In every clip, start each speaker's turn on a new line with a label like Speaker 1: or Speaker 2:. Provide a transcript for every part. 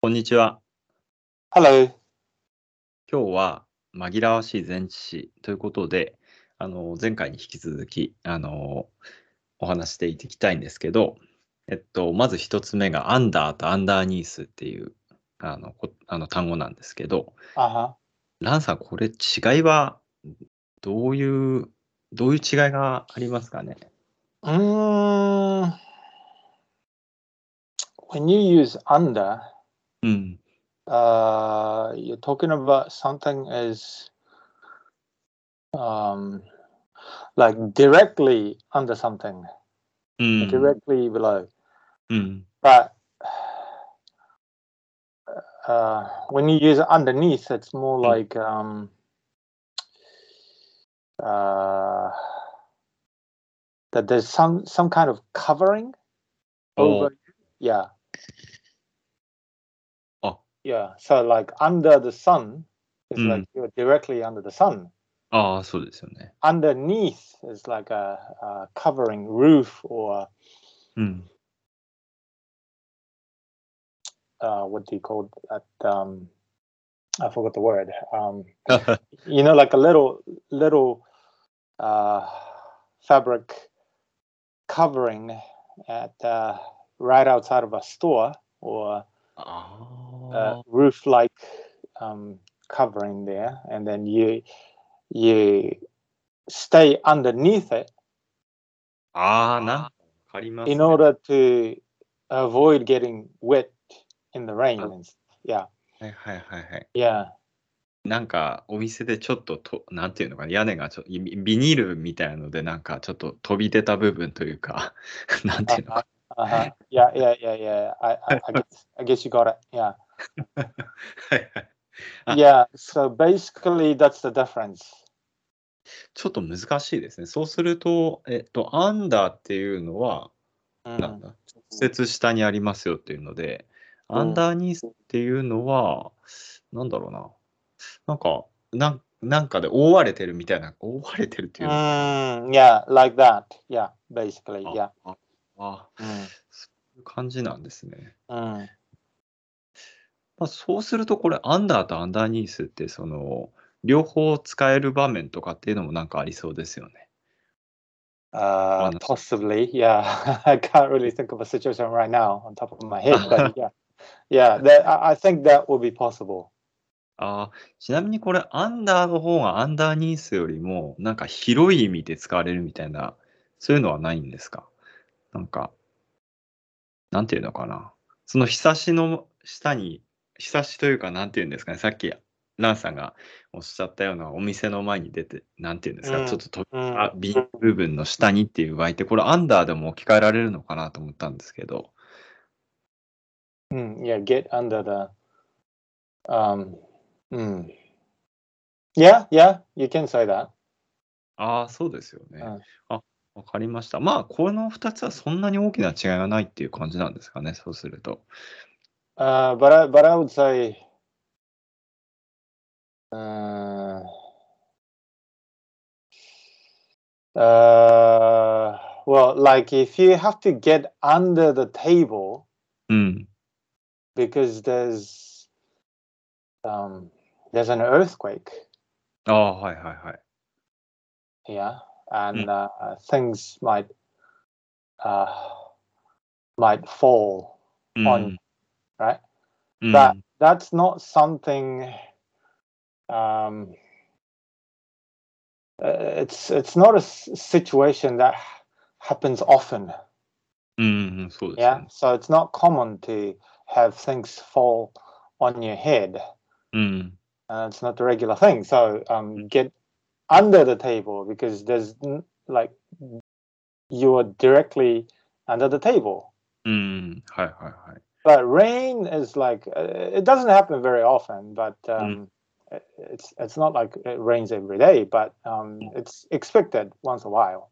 Speaker 1: こんにちは。
Speaker 2: Hello.
Speaker 1: 今日は紛らわしい前置詞ということで、あの前回に引き続きあのお話していきたいんですけど、えっと、まず一つ目がアンダーとアンダーニースっていうあのこあの単語なんですけど、
Speaker 2: あは。
Speaker 1: ランさん、これ違いはどういう、どういう違いがありますかね
Speaker 2: Mm. When you use under,
Speaker 1: うん。
Speaker 2: uh, you're talking about something is um, like directly under something,
Speaker 1: うん。
Speaker 2: directly below.
Speaker 1: うん。
Speaker 2: But uh, when you use underneath, it's more
Speaker 1: Mm.
Speaker 2: like um, uh, that there's some some kind of covering
Speaker 1: お
Speaker 2: over. Yeah.
Speaker 1: Oh.
Speaker 2: Yeah. So like under the sun is
Speaker 1: Mm.
Speaker 2: like you're directly under the sun.
Speaker 1: ああ、そうですよね。
Speaker 2: Underneath is like a, a covering roof or
Speaker 1: うん。
Speaker 2: uh, what do you call that? Um, I forgot the word. Um, you know like a little little uh fabric covering at uh, right outside of a store or
Speaker 1: あ Oh.
Speaker 2: a roof like um covering there and then you you stay underneath it
Speaker 1: あ。ああ、なんかわかります、ね。
Speaker 2: in order to avoid getting wet in the
Speaker 1: Oh.
Speaker 2: rain and s- yeah
Speaker 1: はいはいはいはい。
Speaker 2: yeah
Speaker 1: なんかお店でちょっとと、なんていうのかな、屋根がちょビビニールみたいなので、なんかちょっと飛び出た部分というか、 なんていうのか
Speaker 2: uh-huh. yeah yeah yeah yeah I, I, I guess i guess you got it yeah
Speaker 1: な。はいはい Ah.
Speaker 2: yeah so basically that's the difference
Speaker 1: ちょっと難しいですね。そうすると、えっと、アンダーっていうのは、
Speaker 2: うん
Speaker 1: なんだ、直接下にありますよっていうので、
Speaker 2: ん
Speaker 1: アンダーニースっていうのは、なんだろうな、なんか、なんなんかで覆われてるみたいな、覆われてるっていうの。
Speaker 2: Mm, yeah, like that. Yeah, basically. Yeah.
Speaker 1: ああ、
Speaker 2: Mm,
Speaker 1: そういう感じなんですね。
Speaker 2: mm,
Speaker 1: まあ、そうすると、これ、アンダーとアンダーニースって、その、両方使える場面とかっていうのもなんかありそうですよね。
Speaker 2: Uh,
Speaker 1: Honest.
Speaker 2: possibly. Yeah, I can't really think of a situation right now on top of my head, but yeah, yeah. That, I, I think that will be possible.
Speaker 1: あーちなみにこれ、アンダーの方がアンダーニースよりも、なんか広い意味で使われるみたいな、そういうのはないんですかなんか、なんていうのかな。その日差しの下に、日差しというか、なんていうんですかね、さっき、ランさんがおっしゃったようなお店の前に出て、なんていうんですか、
Speaker 2: うん
Speaker 1: ちょっと飛び
Speaker 2: Mm,
Speaker 1: あビー部分の下にっていう場合って、これアンダーでも置き換えられるのかなと思ったんですけど。
Speaker 2: mm, yeah, get under the. Um, mm. Yeah, yeah, you can say that.
Speaker 1: ああ、そうですよね
Speaker 2: うん。
Speaker 1: あ、わかりました。まあ、この2つはそんなに大きな違いがないっていう感じなんですかね、そうすると。
Speaker 2: Uh, but I, but I would say. Uh, uh, well, like if you have to get under the table
Speaker 1: うん。
Speaker 2: because there's um, there's an earthquake,
Speaker 1: ああ、はいはいはい。
Speaker 2: yeah, and
Speaker 1: Mm.
Speaker 2: uh, things might uh, might fall,
Speaker 1: うん。
Speaker 2: On- right?
Speaker 1: うん、
Speaker 2: that that's not something um uh, it's it's not a s- situation that h- happens often
Speaker 1: うん、うん、そうですよ
Speaker 2: yeah
Speaker 1: ね。
Speaker 2: so it's not common to have things fall on your head
Speaker 1: うん。
Speaker 2: uh, it's not the regular thing so um get under the table because there's n- like you are directly under the table
Speaker 1: うん。はいはいはい。
Speaker 2: but rain is like uh, it doesn't happen very often but um, it- it's it's not like it rains every day but um, it's expected once a while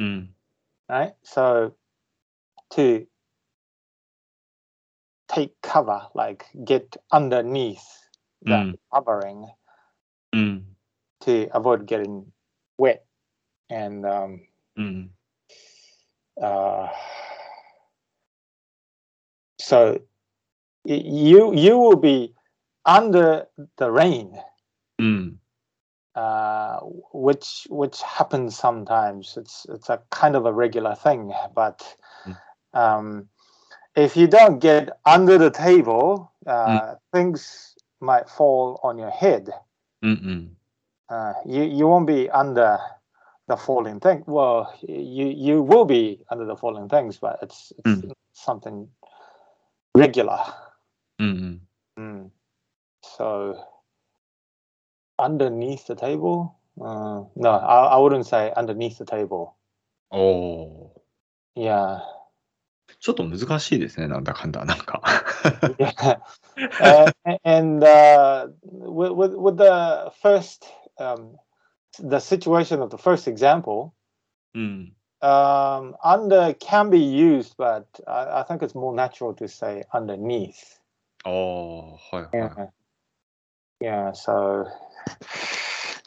Speaker 1: うん。
Speaker 2: right so to take cover like get underneath the
Speaker 1: Mm.
Speaker 2: covering
Speaker 1: うん。
Speaker 2: to avoid getting wet and um,
Speaker 1: うん。
Speaker 2: uh, so y- you you will be under the rain,
Speaker 1: うん。
Speaker 2: uh, which which happens sometimes. It's it's a kind of a regular thing, but
Speaker 1: Mm.
Speaker 2: um, if you don't get under the table, uh, things might fall on your head.
Speaker 1: うんうん。
Speaker 2: Uh, you you won't be under the falling thing. Well, you you will be under the falling things, but it's, it's
Speaker 1: Mm.
Speaker 2: something regular.
Speaker 1: うんうん。
Speaker 2: Mm. So underneath the table? Uh, no, I, I wouldn't say underneath the table.
Speaker 1: おお
Speaker 2: Yeah.
Speaker 1: ー。ちょっと難しいですね、なんだかんだ、なんか。
Speaker 2: yeah. Uh, and uh, with, with with the first um, the situation of the first example,
Speaker 1: うん。
Speaker 2: um, under can be used, but I, I think it's more natural to say underneath.
Speaker 1: ああ、はいはい。
Speaker 2: Yeah. Yeah, so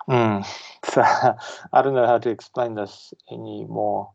Speaker 1: Hmm.
Speaker 2: mm, so I don't know how to explain this any more.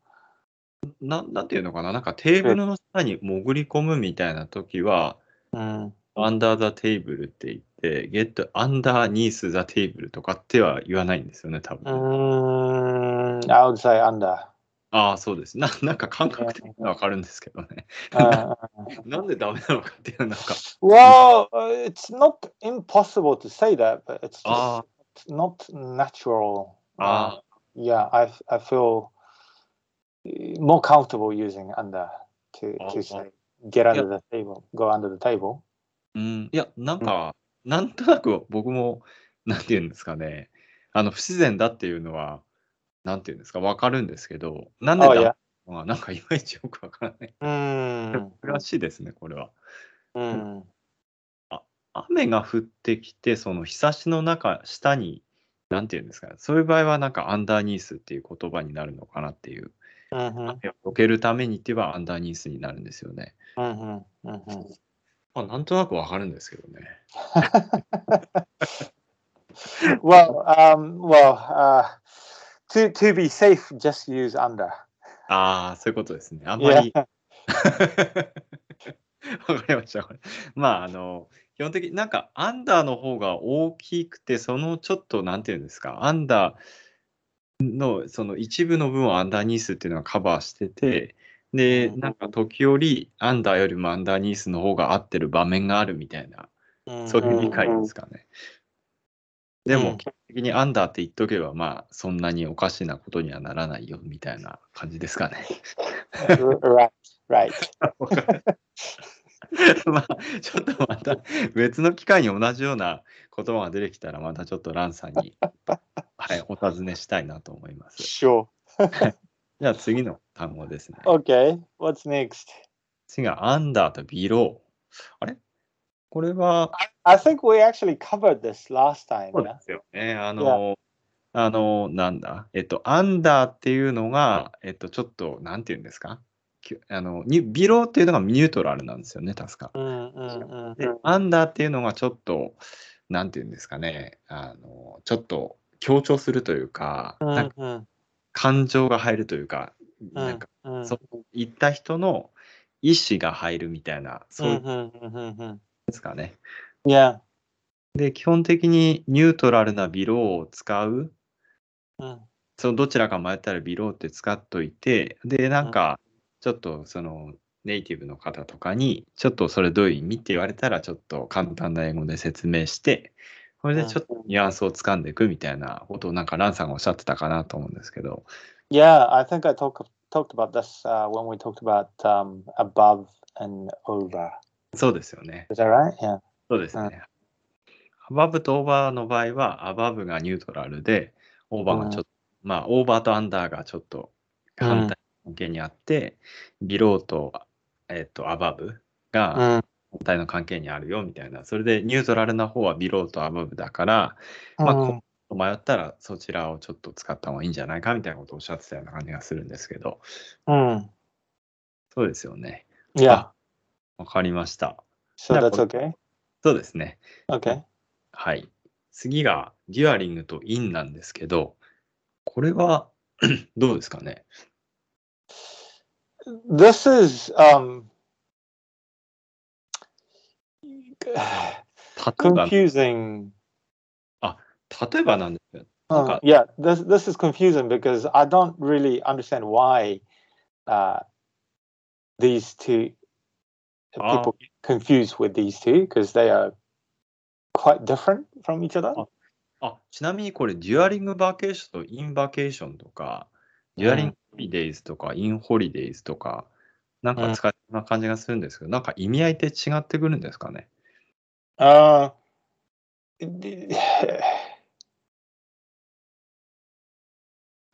Speaker 1: ななんていうのかな、なんかテーブルの下に潜り込むみたいな時は、
Speaker 2: Mm.
Speaker 1: アンダーザテーブルって言って、ゲットアンダーニースザテーブルとかっては言わないんですよね、多分。
Speaker 2: Mm, I would say under.
Speaker 1: ああ、そうです。ななんか感覚的にはわかるんですけどね。
Speaker 2: Uh,
Speaker 1: なんでダメなのかっていう、なんか、
Speaker 2: well, uh, it's not impossible to say that, but it's just
Speaker 1: Ah.
Speaker 2: not natural. Uh,
Speaker 1: あ
Speaker 2: yeah, I f- I feel uh, more comfortable using under to
Speaker 1: Ah,
Speaker 2: to say get under the table, go under the table.
Speaker 1: あ、うん、いや、なんか、なんとなく僕も、なんていうんですかね、あの、不自然だっていうのは、なんていうんですか、わかるんですけど、なんで
Speaker 2: Oh
Speaker 1: ダメ
Speaker 2: yeah.
Speaker 1: なのか、なんかいまいちよくわからない。
Speaker 2: Mm,
Speaker 1: らしいですね、これは。
Speaker 2: mm.
Speaker 1: 雨が降ってきて、その日差しの中、下に、なんていうんですかね、そういう場合はなんかアンダーニースっていう言葉になるのかなっていう、
Speaker 2: hmm
Speaker 1: 雨を避けるためにって言えばアンダーニースになるんですよね。
Speaker 2: Mhm, mhm.
Speaker 1: まあ、なんとなくわかるんですけどね。
Speaker 2: well, um, well, uh, to to be safe, just use under.
Speaker 1: ああ、そういうことですね。あんま
Speaker 2: Yeah,
Speaker 1: り。 わかりました。これまあ、あの、基本的になんかアンダーの方が大きくて、そのちょっと、なんていうんですか、アンダーのその一部の分をアンダーニースっていうのはカバーしてて、で、
Speaker 2: うん
Speaker 1: なんか時折、アンダーよりもアンダーニースの方が合ってる場面があるみたいな、
Speaker 2: Mm-hmm.
Speaker 1: そういう理解ですかね。で
Speaker 2: う
Speaker 1: も、
Speaker 2: ん
Speaker 1: 基本的にアンダーって言っとけば、まあ、そんなにおかしなことにはならないよみたいな感じですかね。
Speaker 2: R- right, right.
Speaker 1: まあ、ちょっとまた別の機会に同じような言葉が出てきたら、またちょっとランさんに、はい、お尋ねしたいなと思います。
Speaker 2: Sure.
Speaker 1: じゃあ次の単語ですね。
Speaker 2: Okay. What's next?
Speaker 1: 次がアンダーとビロー。あれこれは、
Speaker 2: I think we actually covered this last time.
Speaker 1: そうで
Speaker 2: yeah?
Speaker 1: すよね。あの、あの、なんだ、えっと、アンダーっていうのが、えっと、ちょっと、なんていうんですかきゅあのにビローっていうのがニュートラルなんですよね、確か。
Speaker 2: Mm, mm, mm.
Speaker 1: で、アンダーっていうのがちょっと、なんていうんですかね、あの、ちょっと強調するというか、なんか
Speaker 2: Mm, mm,
Speaker 1: 感情が入るというか、な
Speaker 2: mm,
Speaker 1: んか
Speaker 2: mm,
Speaker 1: そう言った人の意思が入るみたいな、そういう
Speaker 2: mm, mm, mm, mm.
Speaker 1: ですかね。
Speaker 2: Yeah.
Speaker 1: で、基本的にニュートラルなビローを使う、
Speaker 2: Mm,
Speaker 1: そのどちらか迷ったらビローって使っといて、で、なんか、ちょっとその、ネイティブの方とかに、ちょっとそれどういう意味って言われたら、ちょっと簡単な英語で説明して、これでちょっとニュアンスをつかんでいくみたいなことを、なんかランさんがおっしゃってたかなと思うんですけど。
Speaker 2: Yeah, I think I talked talked about this uh, when we talked about um, above and over.
Speaker 1: そうですよね。
Speaker 2: Is that right? Yeah.
Speaker 1: そうですね。アバブとオーバーの場合は、アバブがニュートラルで、オーバーがちょっと、まあ、オーバーとアンダーがちょっと反対関係にあって、ビローと、えっと、アバブが、
Speaker 2: Mm,
Speaker 1: 本体の関係にあるよみたいな、それでニュートラルな方はビローとアバブだから、まあ、
Speaker 2: mm.
Speaker 1: こう迷ったらそちらをちょっと使った方がいいんじゃないかみたいなことをおっしゃってたような感じがするんですけど、
Speaker 2: Mm.
Speaker 1: そうですよね。
Speaker 2: Yeah.
Speaker 1: Ah. わかりました。
Speaker 2: so
Speaker 1: Yeah,
Speaker 2: that's
Speaker 1: but-
Speaker 2: okay.
Speaker 1: そうですね。
Speaker 2: Okay.
Speaker 1: はい。次が、デュアリングとインなんですけど、これは どうですかね
Speaker 2: This is um
Speaker 1: 例えば、
Speaker 2: confusing.
Speaker 1: 例えばなんですけど、Okay.
Speaker 2: Uh, yeah, this this is confusing because I don't really understand why uh, these two
Speaker 1: Ah.
Speaker 2: people confused with these two because they are quite different from each other.
Speaker 1: Ah. あ、ちなみにこれ、デュアリングバケーションとインバケーションとか、デュアリングホリデイズとか、インホリデイズとか、なんか使いそうな感じがするんですけど、なんか意味合いって違ってくるんですかね。
Speaker 2: Uh, d-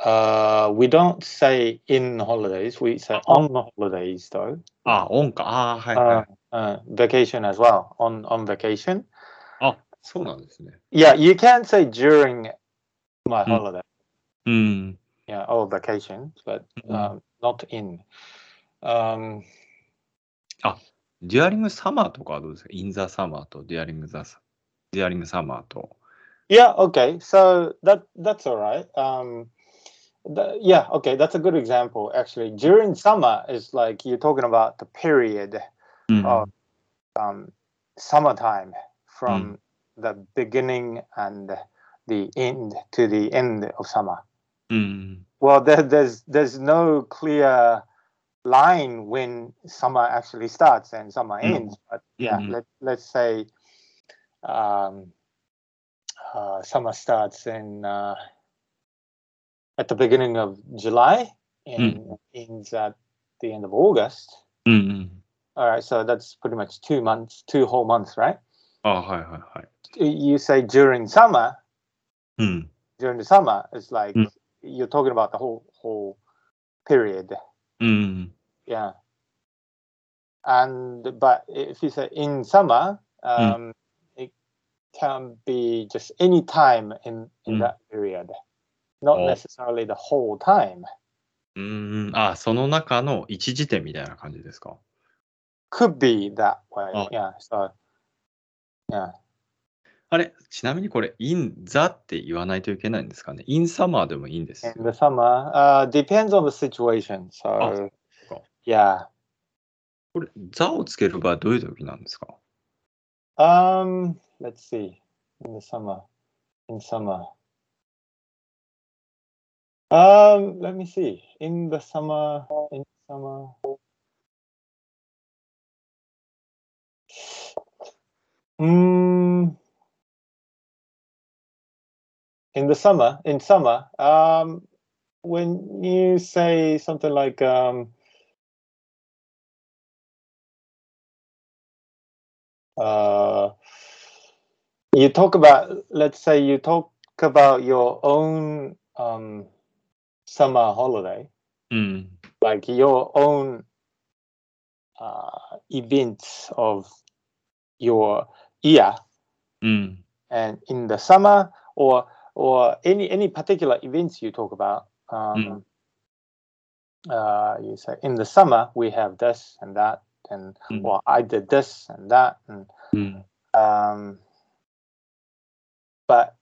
Speaker 2: uh, we don't say in holidays. We say on the holidays though.
Speaker 1: あ、オンか。あー、はいはい。
Speaker 2: Uh, uh, vacation as well. On on vacation.
Speaker 1: あ、そうなんですね。
Speaker 2: Yeah, you can say during my
Speaker 1: Mm.
Speaker 2: holiday,
Speaker 1: うん。
Speaker 2: yeah, or vacation, but
Speaker 1: Mhm.
Speaker 2: um, not in. Um,
Speaker 1: デュアリングサマーとかはどうですかインザサマーとデュアリングザサ、デュアリングサマーと。
Speaker 2: yeah, okay, so that that's all right. Um, th- yeah, okay, that's a good example actually. During summer is like you're talking about the period,
Speaker 1: うん
Speaker 2: あum, summertime from the beginning and the end to the end of summer.
Speaker 1: うん。
Speaker 2: Well, there, there's there's no clear line when summer actually starts and summer
Speaker 1: Mm.
Speaker 2: ends. But yeah,
Speaker 1: Mhm.
Speaker 2: let let's say um, uh, summer starts in uh, at the beginning of July and
Speaker 1: Mm.
Speaker 2: ends at the end of August.
Speaker 1: うんうん。
Speaker 2: All right, so that's pretty much two months, two whole months, right?
Speaker 1: あ、はいはいはい。
Speaker 2: You say during summer,
Speaker 1: うん。
Speaker 2: during the summer, it's like
Speaker 1: Mm.
Speaker 2: you're talking about the whole whole period.
Speaker 1: うん。
Speaker 2: Yeah. And but if you say in summer,
Speaker 1: Hmm.
Speaker 2: um, it can be just any time in in
Speaker 1: Mm.
Speaker 2: that period, not
Speaker 1: Oh.
Speaker 2: necessarily the whole time.
Speaker 1: うん。あ、その中の一時点みたいな感じですか
Speaker 2: Could be that way.
Speaker 1: Oh.
Speaker 2: Yeah. So yeah.
Speaker 1: あれ、ちなみにこれ、in the って言わないといけないんですかね ?in summer でもいいんですよ
Speaker 2: In the summer, uh, depends on the situation. So
Speaker 1: Oh. Oh.
Speaker 2: yeah.
Speaker 1: これ、the をつける場合はどういう時なんですか
Speaker 2: Um, let's see. In the summer, in summer. Um, let me see. In the summer, in summer. Mm. In the summer, in summer, um, when you say something like um, uh, you talk about let's say you talk about your own um, summer holiday
Speaker 1: うん。
Speaker 2: like your own uh, events of your year
Speaker 1: うん。
Speaker 2: and in the summer or or any any particular events you talk about um, uh, you say in the summer we have this and that and
Speaker 1: Mm.
Speaker 2: well i did this and that and
Speaker 1: うん。
Speaker 2: um, but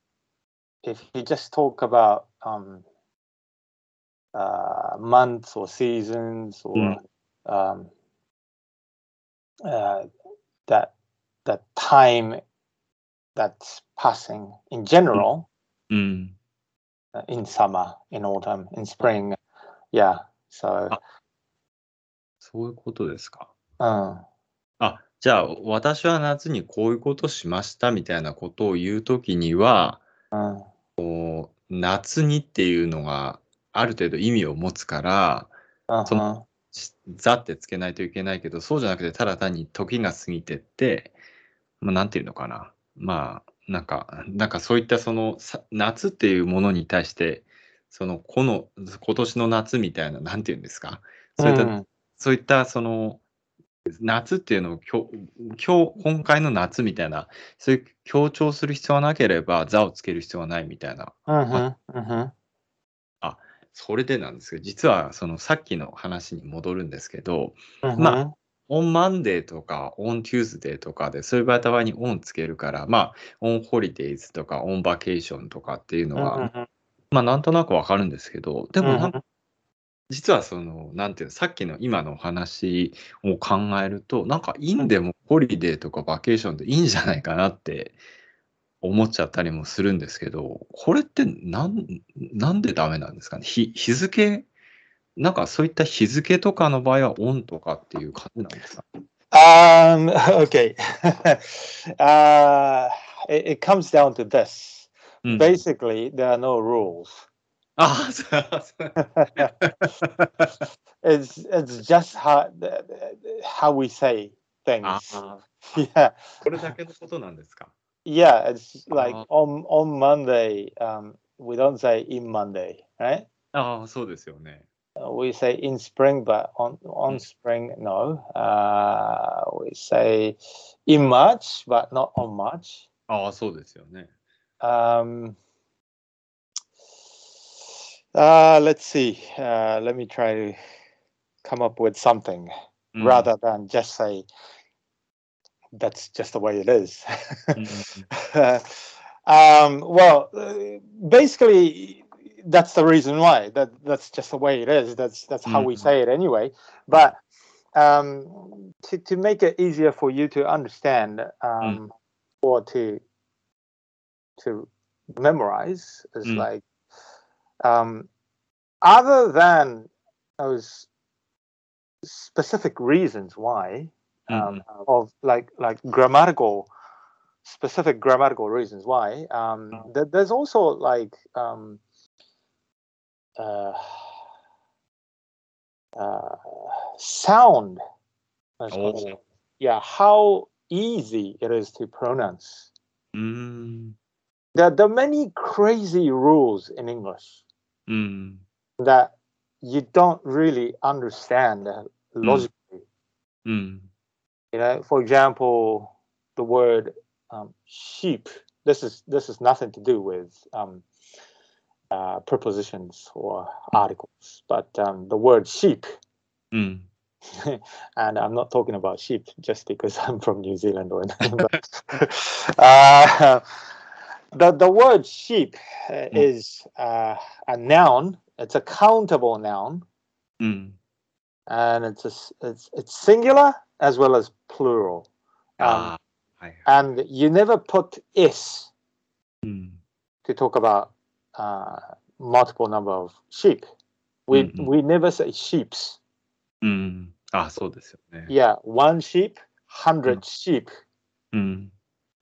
Speaker 2: if you just talk about um, uh, months or seasons or um, uh, that that time that's passing in general
Speaker 1: うん。
Speaker 2: uh, in summer, in autumn, in spring, yeah. So,
Speaker 1: そういうことですか。
Speaker 2: uh,
Speaker 1: あ、じゃあ、私は夏にこういうことしましたみたいなことを言うときには、
Speaker 2: uh,
Speaker 1: 夏にっていうのがある程度意味を持つから、
Speaker 2: uh-huh.
Speaker 1: ザってつけないといけないけど、そうじゃなくて、ただ単に時が過ぎてって、まあ、なんていうのかな。まあ、なんか、なんかそういったそのさ夏っていうものに対して、その、この、今年の夏みたいな、なんていうんですか。そういった
Speaker 2: Mm,
Speaker 1: そういったその夏っていうのを強今日今回の夏みたいなそういう強調する必要はなければ「座」をつける必要はないみたいな
Speaker 2: mhm, mhm.
Speaker 1: それでなんですけど実はそのさっきの話に戻るんですけど
Speaker 2: mhm.
Speaker 1: オンマンデーとかオンテューズデーとかでそういう場合にオンつけるからまあオンホリデイズとかオンバケーションとかっていうのは
Speaker 2: Mhm,
Speaker 1: まあなんとなくわかるんですけどでもなんか
Speaker 2: mhm.
Speaker 1: 実はその、なんていうの、さっきの今のお話を考えると、なんかインでもホリデーとかバケーションでいいんじゃないかなって思っちゃったりもするんですけど、これってなん、なんでダメなんですかね日日付、なんかそういった日付とかの場合はオンとかっていう感じなんですか
Speaker 2: Um, okay. uh, it, it comes down to this.
Speaker 1: うん
Speaker 2: Basically, there are no rules.
Speaker 1: ああ、そうそう。
Speaker 2: It's it's just how how we say things.
Speaker 1: ああ、
Speaker 2: Yeah,
Speaker 1: これだけのことなんですか
Speaker 2: yeah. It's like
Speaker 1: Ah.
Speaker 2: on on Monday, um, we don't say in Monday, right?
Speaker 1: ああ、そうですよね。
Speaker 2: Uh, We say in spring, but on on
Speaker 1: Mm.
Speaker 2: spring, no. Uh, we say in March, but not on March.
Speaker 1: ああ、そうですよね。
Speaker 2: Um, uh, let's see. Uh, let me try to come up with something
Speaker 1: うん
Speaker 2: rather than just say that's just the way it is.
Speaker 1: うん
Speaker 2: um, well, uh, basically, that's the reason why. That that's just the way it is. That's that's how we
Speaker 1: Mhm.
Speaker 2: say it anyway. But um, to to make it easier for you to understand um, or to to memorize is
Speaker 1: Mm.
Speaker 2: like um, other than those specific reasons why um, of like like grammatical specific grammatical reasons why um,
Speaker 1: Mm.
Speaker 2: there- there's also like um, uh, uh, sound as well.
Speaker 1: Oh.
Speaker 2: yeah how easy it is to pronounce
Speaker 1: うん。
Speaker 2: there, there are many crazy rules in english
Speaker 1: うん。
Speaker 2: that you don't really understand uh, logically
Speaker 1: うん。
Speaker 2: you know for example the word um, sheep this is this is nothing to do with um, uh, prepositions or articles but um, the word sheep
Speaker 1: うん。
Speaker 2: and i'm not talking about sheep just because i'm from new zealand or anything but, uh, the, the word sheep uh, is uh, a noun it's a countable noun
Speaker 1: うん。
Speaker 2: and it's a s it's it's singular as well as plural um,
Speaker 1: ああ。はい。
Speaker 2: and you never put is
Speaker 1: うん。
Speaker 2: to talk about uh, multiple number of sheep. We
Speaker 1: Mhm.
Speaker 2: we never say sheeps.
Speaker 1: うん。ああ、そうですよね。
Speaker 2: Yeah, one sheep, hundred sheep.
Speaker 1: うん。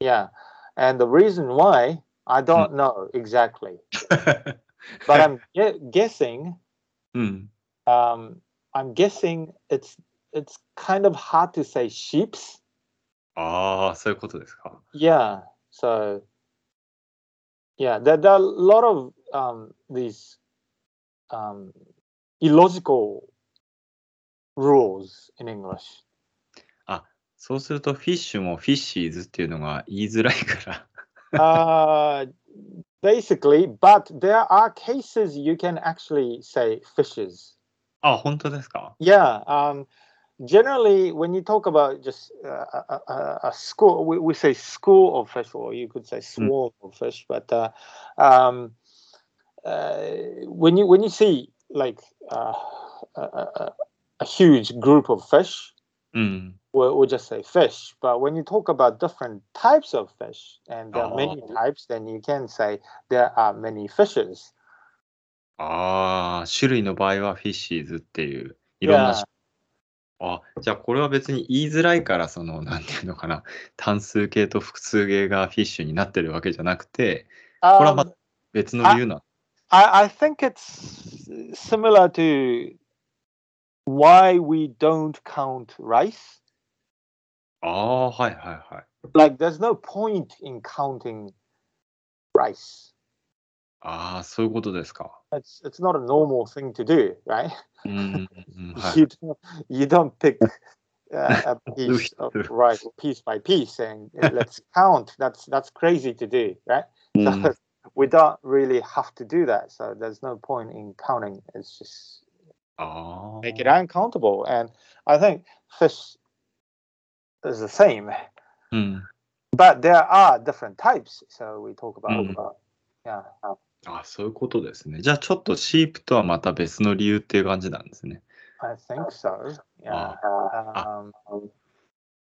Speaker 2: Yeah, and the reason why I don't know exactly, but I'm gue- guessing.
Speaker 1: うん。
Speaker 2: Um, I'm guessing it's it's kind of hard to say sheeps.
Speaker 1: ああ、そういうことですか。
Speaker 2: Yeah. So, yeah, there, there are a lot of um, these um, illogical rules in English.
Speaker 1: そうすると、フィッシュもフィッシーズっていうのが言いづらいから。
Speaker 2: Uh, basically, but there are cases you can actually say fishes.
Speaker 1: あ、本当ですか
Speaker 2: Yeah. Um, generally, when you talk about just uh, a, a, a school, we, we say school of fish, or you could say swarm of fish. But uh, um, uh, when you when you see like uh, a, a, a- a huge group of fish,
Speaker 1: うん。
Speaker 2: we'll, we'll just say fish. But when you talk about different types of fish, and there are many
Speaker 1: Oh.
Speaker 2: types, then you can say there are many fishes.
Speaker 1: ああ、種類の場合はフィッシーズっていう、いろんな
Speaker 2: Yeah.
Speaker 1: あ、じゃあこれは別に言いづらいから、その、なんていうのかな、単数形と複数形がフィッシュになってるわけじゃなくて、これはま
Speaker 2: Um,
Speaker 1: た別の理由な。
Speaker 2: I, I think it's similar to why we don't count rice.
Speaker 1: ああ、はいはいはい。
Speaker 2: Like, there's no point in counting rice.
Speaker 1: ああ、そういうことですか。
Speaker 2: It's it's not a normal thing to do, right?
Speaker 1: うん、うんは
Speaker 2: You
Speaker 1: い。
Speaker 2: don't, you don't pick uh, a piece of
Speaker 1: Sure.
Speaker 2: rice piece by piece and uh, let's count. That's that's crazy to do, right?
Speaker 1: うん
Speaker 2: So we don't really have to do that. So there's no point in counting. It's just
Speaker 1: あ
Speaker 2: make it
Speaker 1: あ。
Speaker 2: uncountable. And I think fish is the same,
Speaker 1: うん。
Speaker 2: but there are different types. So we talk about,
Speaker 1: Mm.
Speaker 2: uh, yeah,
Speaker 1: あ、そういうことですね。じゃあちょっとシープとはまた別の理由っていう感じなんですね。
Speaker 2: I think so. Yeah. Um,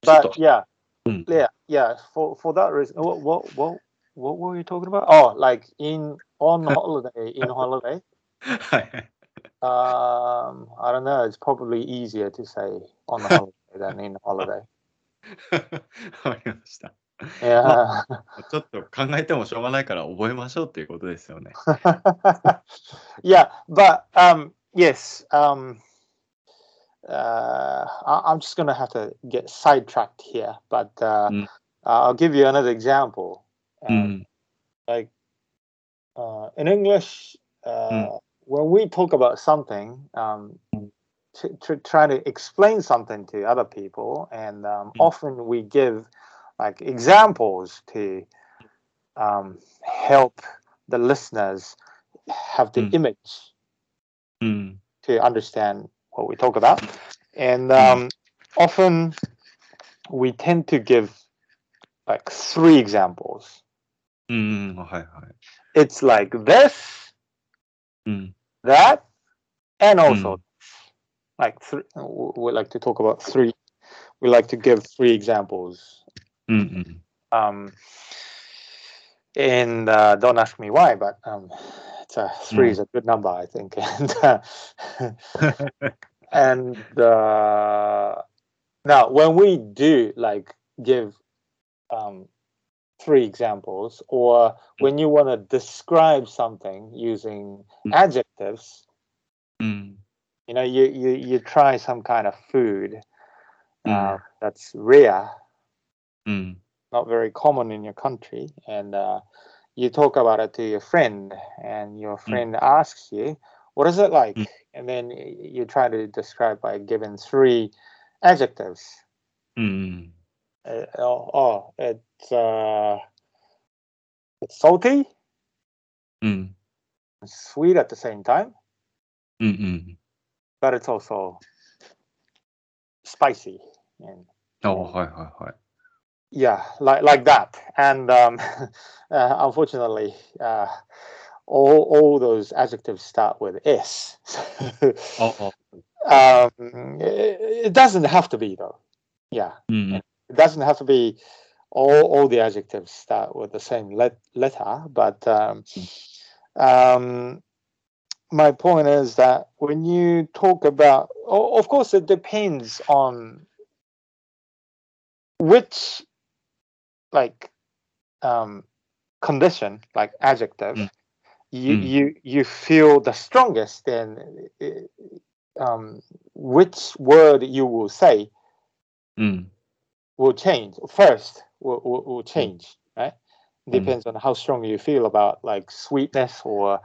Speaker 1: ちょっと
Speaker 2: but、yeah,
Speaker 1: うん
Speaker 2: yeah, yeah. For for that reason, what what what what were you talking about? Oh, like in on holiday, in holiday.
Speaker 1: はいはい。
Speaker 2: Um, I don't know. It's probably easier to say on holiday than in holiday.
Speaker 1: わかりました。
Speaker 2: Yeah.
Speaker 1: ちょっと考えてもしょうがないから覚えましょうっていうことですよね。
Speaker 2: yeah, but um, yes, um, uh, I, I'm just gonna have to get sidetracked here, but uh,
Speaker 1: Mm.
Speaker 2: I'll give you another example.
Speaker 1: う
Speaker 2: Um,
Speaker 1: ん。
Speaker 2: Like uh, in English, uh,
Speaker 1: Mm.
Speaker 2: when we talk about something, um, to, to try to explain something to other people, and um,
Speaker 1: Mm.
Speaker 2: often we give like examples to um, help the listeners have the
Speaker 1: Mm.
Speaker 2: image
Speaker 1: うん。
Speaker 2: to understand what we talk about. And um, often we tend to give like three examples.
Speaker 1: うん。はいはい。
Speaker 2: It's like this,
Speaker 1: うん。
Speaker 2: that, and also
Speaker 1: Mm.
Speaker 2: like three. w- We like to talk about three. We like to give three examples.
Speaker 1: うんうん。
Speaker 2: Um, and uh, don't ask me why, but um, it's a three
Speaker 1: Mm.
Speaker 2: is a good number, I think. And uh, and uh, now when we do like give um, three examples or when you want to describe something using
Speaker 1: Mm.
Speaker 2: adjectives
Speaker 1: うん。
Speaker 2: you know you, you you try some kind of food uh,
Speaker 1: Mm.
Speaker 2: that's rare
Speaker 1: うん。
Speaker 2: not very common in your country and uh, you talk about it to your friend and your friend asks you what is it like
Speaker 1: Mm.
Speaker 2: and then y- you try to describe by giving three adjectives
Speaker 1: うん。
Speaker 2: uh, oh, oh it's uh, it's salty
Speaker 1: うん。
Speaker 2: sweet at the same time
Speaker 1: うんうん。
Speaker 2: but it's also spicy and
Speaker 1: あ、はいはいはい。
Speaker 2: yeah like like that and um uh, unfortunately uh all all those adjectives start with s
Speaker 1: ああ。
Speaker 2: um it, it doesn't have to be though yeah
Speaker 1: うん。
Speaker 2: it doesn't have to be all all the adjectives start with the same let, letter but um um my point is that when you talk about o- of course it depends on which like um condition like adjective
Speaker 1: Mm.
Speaker 2: you
Speaker 1: Mm.
Speaker 2: you you feel the strongest then uh, um which word you will say
Speaker 1: うん。
Speaker 2: will change first will, will, will change right depends on how strong you feel about like sweetness or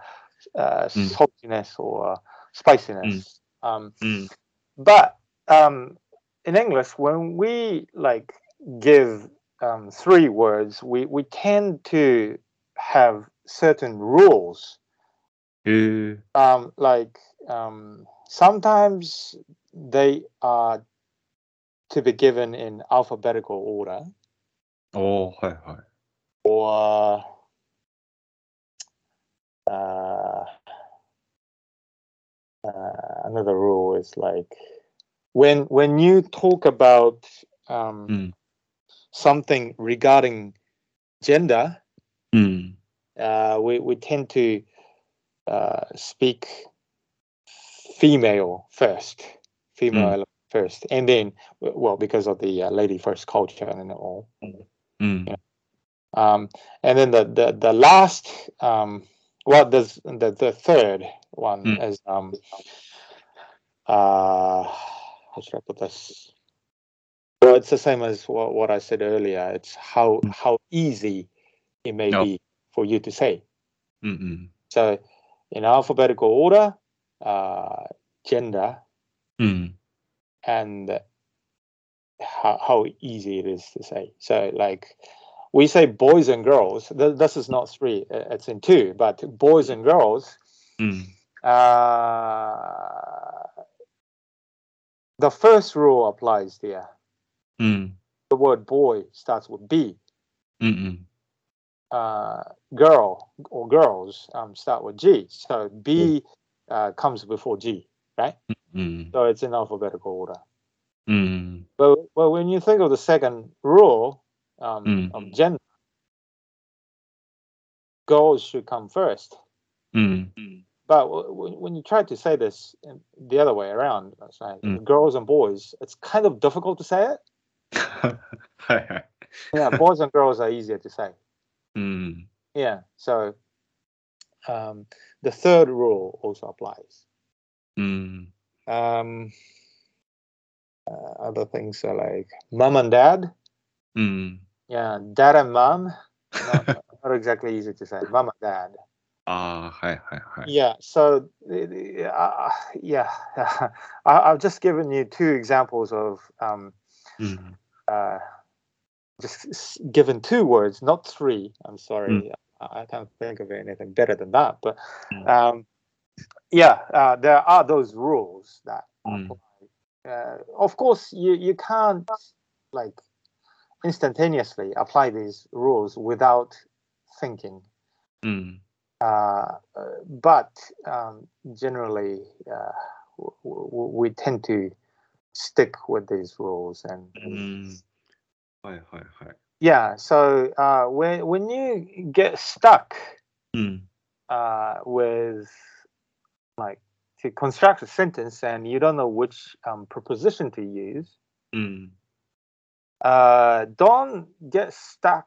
Speaker 2: uh,
Speaker 1: Mm.
Speaker 2: saltiness or spiciness um,
Speaker 1: うん。
Speaker 2: but um, in english when we like give um, three words we, we tend to have certain rules
Speaker 1: へえ。
Speaker 2: um, like um, sometimes they are to be given in alphabetical order
Speaker 1: ああ、はいはい。
Speaker 2: or uh, uh, another rule is like when when you talk about um,
Speaker 1: うん。
Speaker 2: something regarding gender,
Speaker 1: うん。
Speaker 2: uh, we we tend to uh, speak female first, female first, and then well because of the uh, lady first culture and all.
Speaker 1: うん。
Speaker 2: Um, and then the the, the last um, well there's the the third one
Speaker 1: Mm.
Speaker 2: is um uh how should I put this? Well, it's the same as what, what I said earlier. It's how
Speaker 1: Mm.
Speaker 2: how easy it may
Speaker 1: Yeah.
Speaker 2: be for you to say.
Speaker 1: うんうん。
Speaker 2: So in alphabetical order, uh, gender,
Speaker 1: うん。
Speaker 2: and how, how easy it is to say. So, like, we say boys and girls. Th- this is not three; uh, it's in two. But boys and girls,
Speaker 1: うん。
Speaker 2: uh, the first rule applies there.
Speaker 1: うん。
Speaker 2: The word boy starts with B,
Speaker 1: うん。
Speaker 2: uh, girl or girls um, start with G. So B uh, comes before G.
Speaker 1: うん
Speaker 2: So it's in alphabetical order.
Speaker 1: うん。
Speaker 2: But, but when you think of the second rule um,
Speaker 1: Mm.
Speaker 2: of gender, girls should come first.
Speaker 1: うん。
Speaker 2: But w- w- when you try to say this in- the other way around, it's like
Speaker 1: Mm.
Speaker 2: girls and boys, it's kind of difficult to say it.
Speaker 1: はいはい。
Speaker 2: Yeah, boys and girls are easier to say.
Speaker 1: うん。
Speaker 2: Yeah. So um, the third rule also applies.
Speaker 1: うん。
Speaker 2: Um, uh, other things are like mom and dad.
Speaker 1: うん。
Speaker 2: Yeah, dad and mom. Not, not exactly easy to say. Mom and dad.
Speaker 1: ああ、はいはいはい。
Speaker 2: Yeah. So the- the- uh, yeah, I, I've just given you two examples of um,
Speaker 1: うん。
Speaker 2: uh, just s- given two words, not three. I'm sorry, I I can't think of anything better than that. But
Speaker 1: Mm.
Speaker 2: um, yeah, uh, there are those rules that.
Speaker 1: Mm.
Speaker 2: apply. Uh, of course, you you can't like instantaneously apply these rules without thinking.
Speaker 1: うん。
Speaker 2: Uh, uh, but um, generally, uh, w- w- we tend to stick with these rules and.
Speaker 1: うん。はいはいはい。
Speaker 2: Yeah, so uh, when when you get stuck
Speaker 1: うん。
Speaker 2: uh, with like to construct a sentence and you don't know which um, preposition to use,
Speaker 1: うん。
Speaker 2: uh, don't get stuck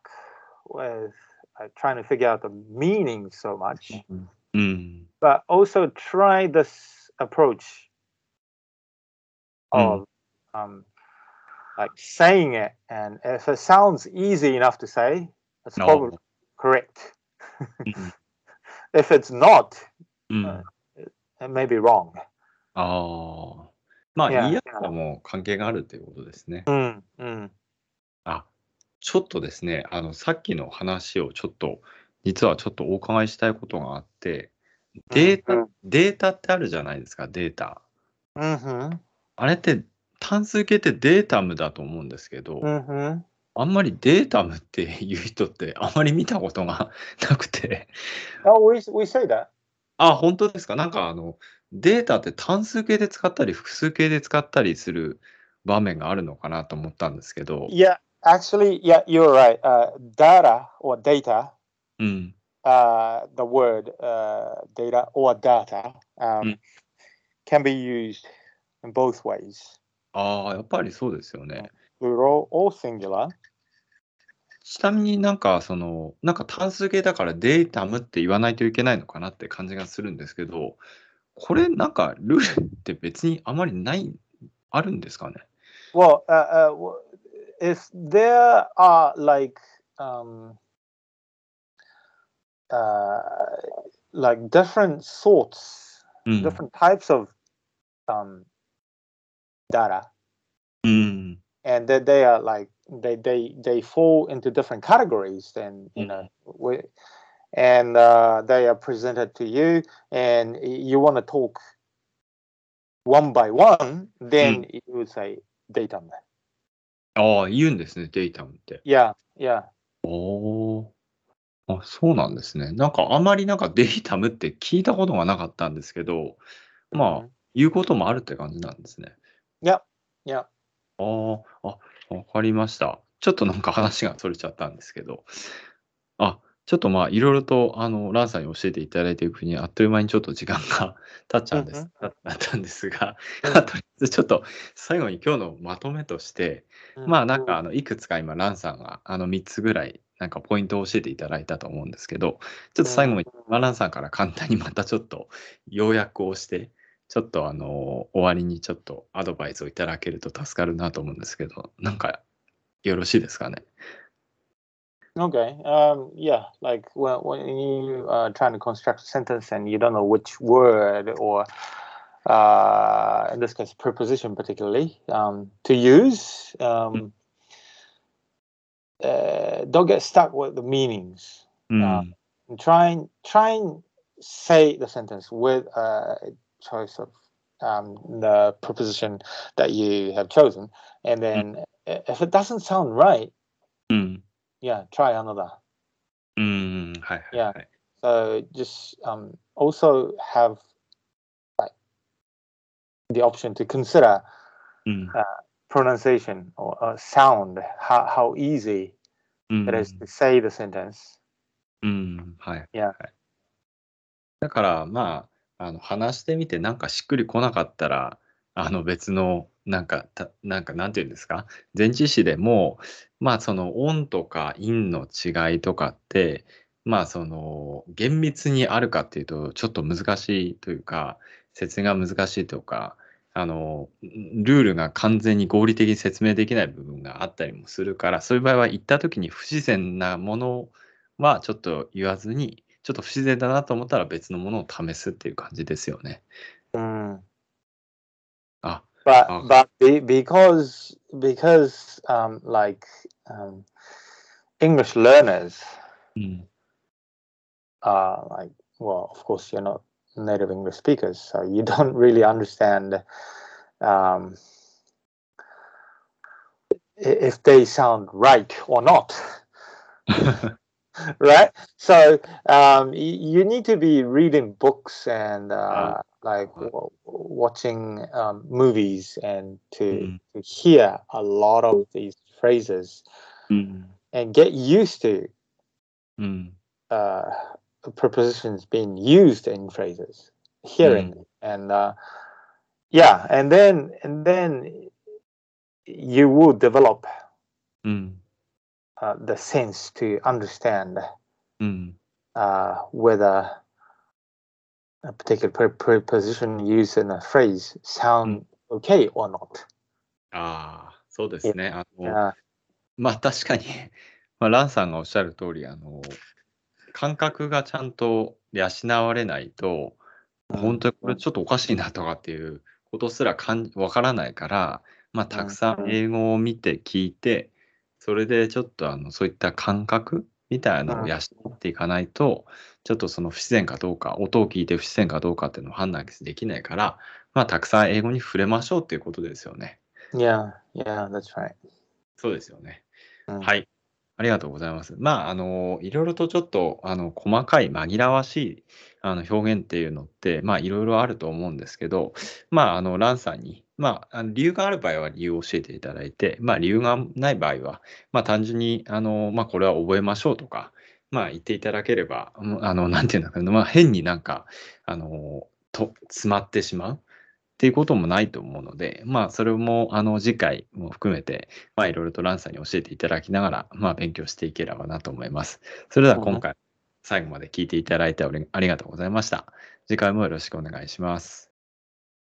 Speaker 2: with uh, trying to figure out the meaning so much,
Speaker 1: うん。
Speaker 2: but also try this approach
Speaker 1: Mm.
Speaker 2: of um, like saying it, and if it sounds easy enough to say, it's
Speaker 1: No.
Speaker 2: probably correct.
Speaker 1: うん。
Speaker 2: if it's not,
Speaker 1: うん。
Speaker 2: は
Speaker 1: あ
Speaker 2: い it may be wrong.
Speaker 1: あ。まあ、
Speaker 2: Yeah.
Speaker 1: 言いやすさも関係があるということですね。
Speaker 2: Mm, mm,
Speaker 1: あ、ちょっとですね、あの、さっきの話をちょっと、実はちょっとお伺いしたいことがあって、データ、
Speaker 2: うん
Speaker 1: データってあるじゃないですか、データ。
Speaker 2: mhm,
Speaker 1: あれって、単数形ってデータムだと思うんですけど、
Speaker 2: mhm.
Speaker 1: あんまりデータムっていう人ってあんまり見たことがなくて、
Speaker 2: Oh, we we say that.
Speaker 1: あ、本当ですか。なんかあの、データって単数形で使ったり、複数形で使ったりする場面があるのかなと思ったんですけど、
Speaker 2: Yeah, actually, yeah, you're right. Uh, data or data,
Speaker 1: うん、
Speaker 2: uh, the word uh, data or data um,
Speaker 1: Mm.
Speaker 2: can be used in both ways,
Speaker 1: ああ、やっぱりそうですよね。
Speaker 2: plural or singular.
Speaker 1: ちなみになんかそのなんか単数形だからデータムって言わないといけないのかなって感じがするんですけどこれなんかルールって別にあまりないあるんですかね
Speaker 2: Well, uh, uh, w- if there are like um, uh, like different sorts
Speaker 1: うん
Speaker 2: different types of um, data
Speaker 1: うん、
Speaker 2: and that they are like they they they fall into different categories then you
Speaker 1: Mhm.
Speaker 2: know we, and uh, they are presented to you and y- you want to talk one by one then
Speaker 1: Mm.
Speaker 2: you would say data man.
Speaker 1: ああ言うんですねデータムって
Speaker 2: yeah yeah
Speaker 1: おあそうなんですねなんかあまりなんかデータムって聞いたことがなかったんですけどまあ
Speaker 2: Mhm.
Speaker 1: 言うこともあるって感じなんですね
Speaker 2: yeah yeah
Speaker 1: ああ、あ、わかりました。ちょっとなんか話がそれちゃったんですけど。あ、ちょっとまあ、いろいろと、あの、ランさんに教えていただいていくうちに、あっという間にちょっと時間が 経っちゃうんで
Speaker 2: うん
Speaker 1: す、経ったんですが、まあ とりあえずちょっと最後に今日のまとめとして、 まあなんか、あの、いくつか今、ランさんが、あの、3つぐらい、なんかポイントを教えていただいたと思うんですけど、ちょっと最後に、まあ、ランさんから簡単にまたちょっと要約をして、ちょっとあの終わりにちょっとアドバイスをいただけると助かるなと思うんですけど、なんかよろしいですかね。
Speaker 2: Okay. Um, yeah. Like when, when you are trying to construct a sentence and you don't know which word or, uh, in this case, preposition particularly, um, to use, um, uh, don't get stuck with the meanings.
Speaker 1: うん
Speaker 2: あAnd try and try and say the sentence with a choice of um, the preposition that you have chosen, and then i- if it doesn't sound right,
Speaker 1: うん
Speaker 2: yeah, try another.
Speaker 1: うん、はいはいはい。
Speaker 2: So just um, also have like the option to consider
Speaker 1: うん。
Speaker 2: pronunciation or uh, sound, how, how easy
Speaker 1: うん、
Speaker 2: it is
Speaker 1: Mm.
Speaker 2: to say the sentence.
Speaker 1: うん、はい。
Speaker 2: Yeah.
Speaker 1: はいだから、まあ、あの話してみて、なんかしっくりこなかったら、あの別の、なんか、たなんか、なんていうんですか、前置詞でも、まあ、その、音とか音の違いとかって、まあ、その、厳密にあるかっていうと、ちょっと難しいというか、説明が難しいとか、あの、ルールが完全に合理的に説明できない部分があったりもするから、そういう場合は行った時に不自然なものを、はちょっと言わずに、ちょっと不自然だなと思ったら別のものを試すっていう感じですよね。
Speaker 2: Mm.
Speaker 1: あ、
Speaker 2: But
Speaker 1: Okay.
Speaker 2: but be, because because um, like um, English learners
Speaker 1: うん、
Speaker 2: are like well, of course you're not native English speakers, so you don't really understand um, i- if they sound right or not. right so um, y- you need to be reading books and uh, like
Speaker 1: Right.
Speaker 2: w- watching um, movies and to,
Speaker 1: Mhm.
Speaker 2: to hear a lot of these phrases
Speaker 1: うん、
Speaker 2: and get used to
Speaker 1: うん、
Speaker 2: uh, prepositions being used in phrases hearing and uh, yeah and then and then you will develop
Speaker 1: うん、
Speaker 2: uh, the sense to understand
Speaker 1: うん、
Speaker 2: uh, whether a particular pre- preposition used in a phrase sound okay or not.
Speaker 1: ああ、そうですね。あの、
Speaker 2: Yeah.
Speaker 1: まあ確かに、 まあ、ランさんがおっしゃる通り、あの、感覚がちゃんと養われないと、
Speaker 2: Uh,
Speaker 1: 本当にこれちょっとおかしいなとかっていうことすらかんわからないから、まあ、たくさん英語を見て聞いて、それでちょっとあのそういった感覚みたいなのを養っていかないと、ちょっとその不自然かどうか、音を聞いて不自然かどうかっていうのを判断できないから、まあ、たくさん英語に触れましょうっていうことですよね。
Speaker 2: Yeah, yeah, that's right.
Speaker 1: そうですよね。
Speaker 2: Mm.
Speaker 1: はい。ありがとうございます。まあ、あの、いろいろとちょっと、あの、細かい、紛らわしい、あの、表現っていうのって、まあ、いろいろあると思うんですけど、まあ、あの、ランさんに、まあ、あの理由がある場合は理由を教えていただいて、まあ、理由がない場合は、まあ、単純に、あの、まあ、これは覚えましょうとか、まあ、言っていただければ、うんあの、なんていうんだかな、まあ、変になんか、あの、と、詰まってしまう。っていうこともないと思うので、まあ、それも、あの、次回も含めて、まあ、いろいろとランさんに教えていただきながら、まあ、勉強していければなと思います。それでは今回、最後まで聞いていただいておりありがとうございました。次回もよろしくお願いします。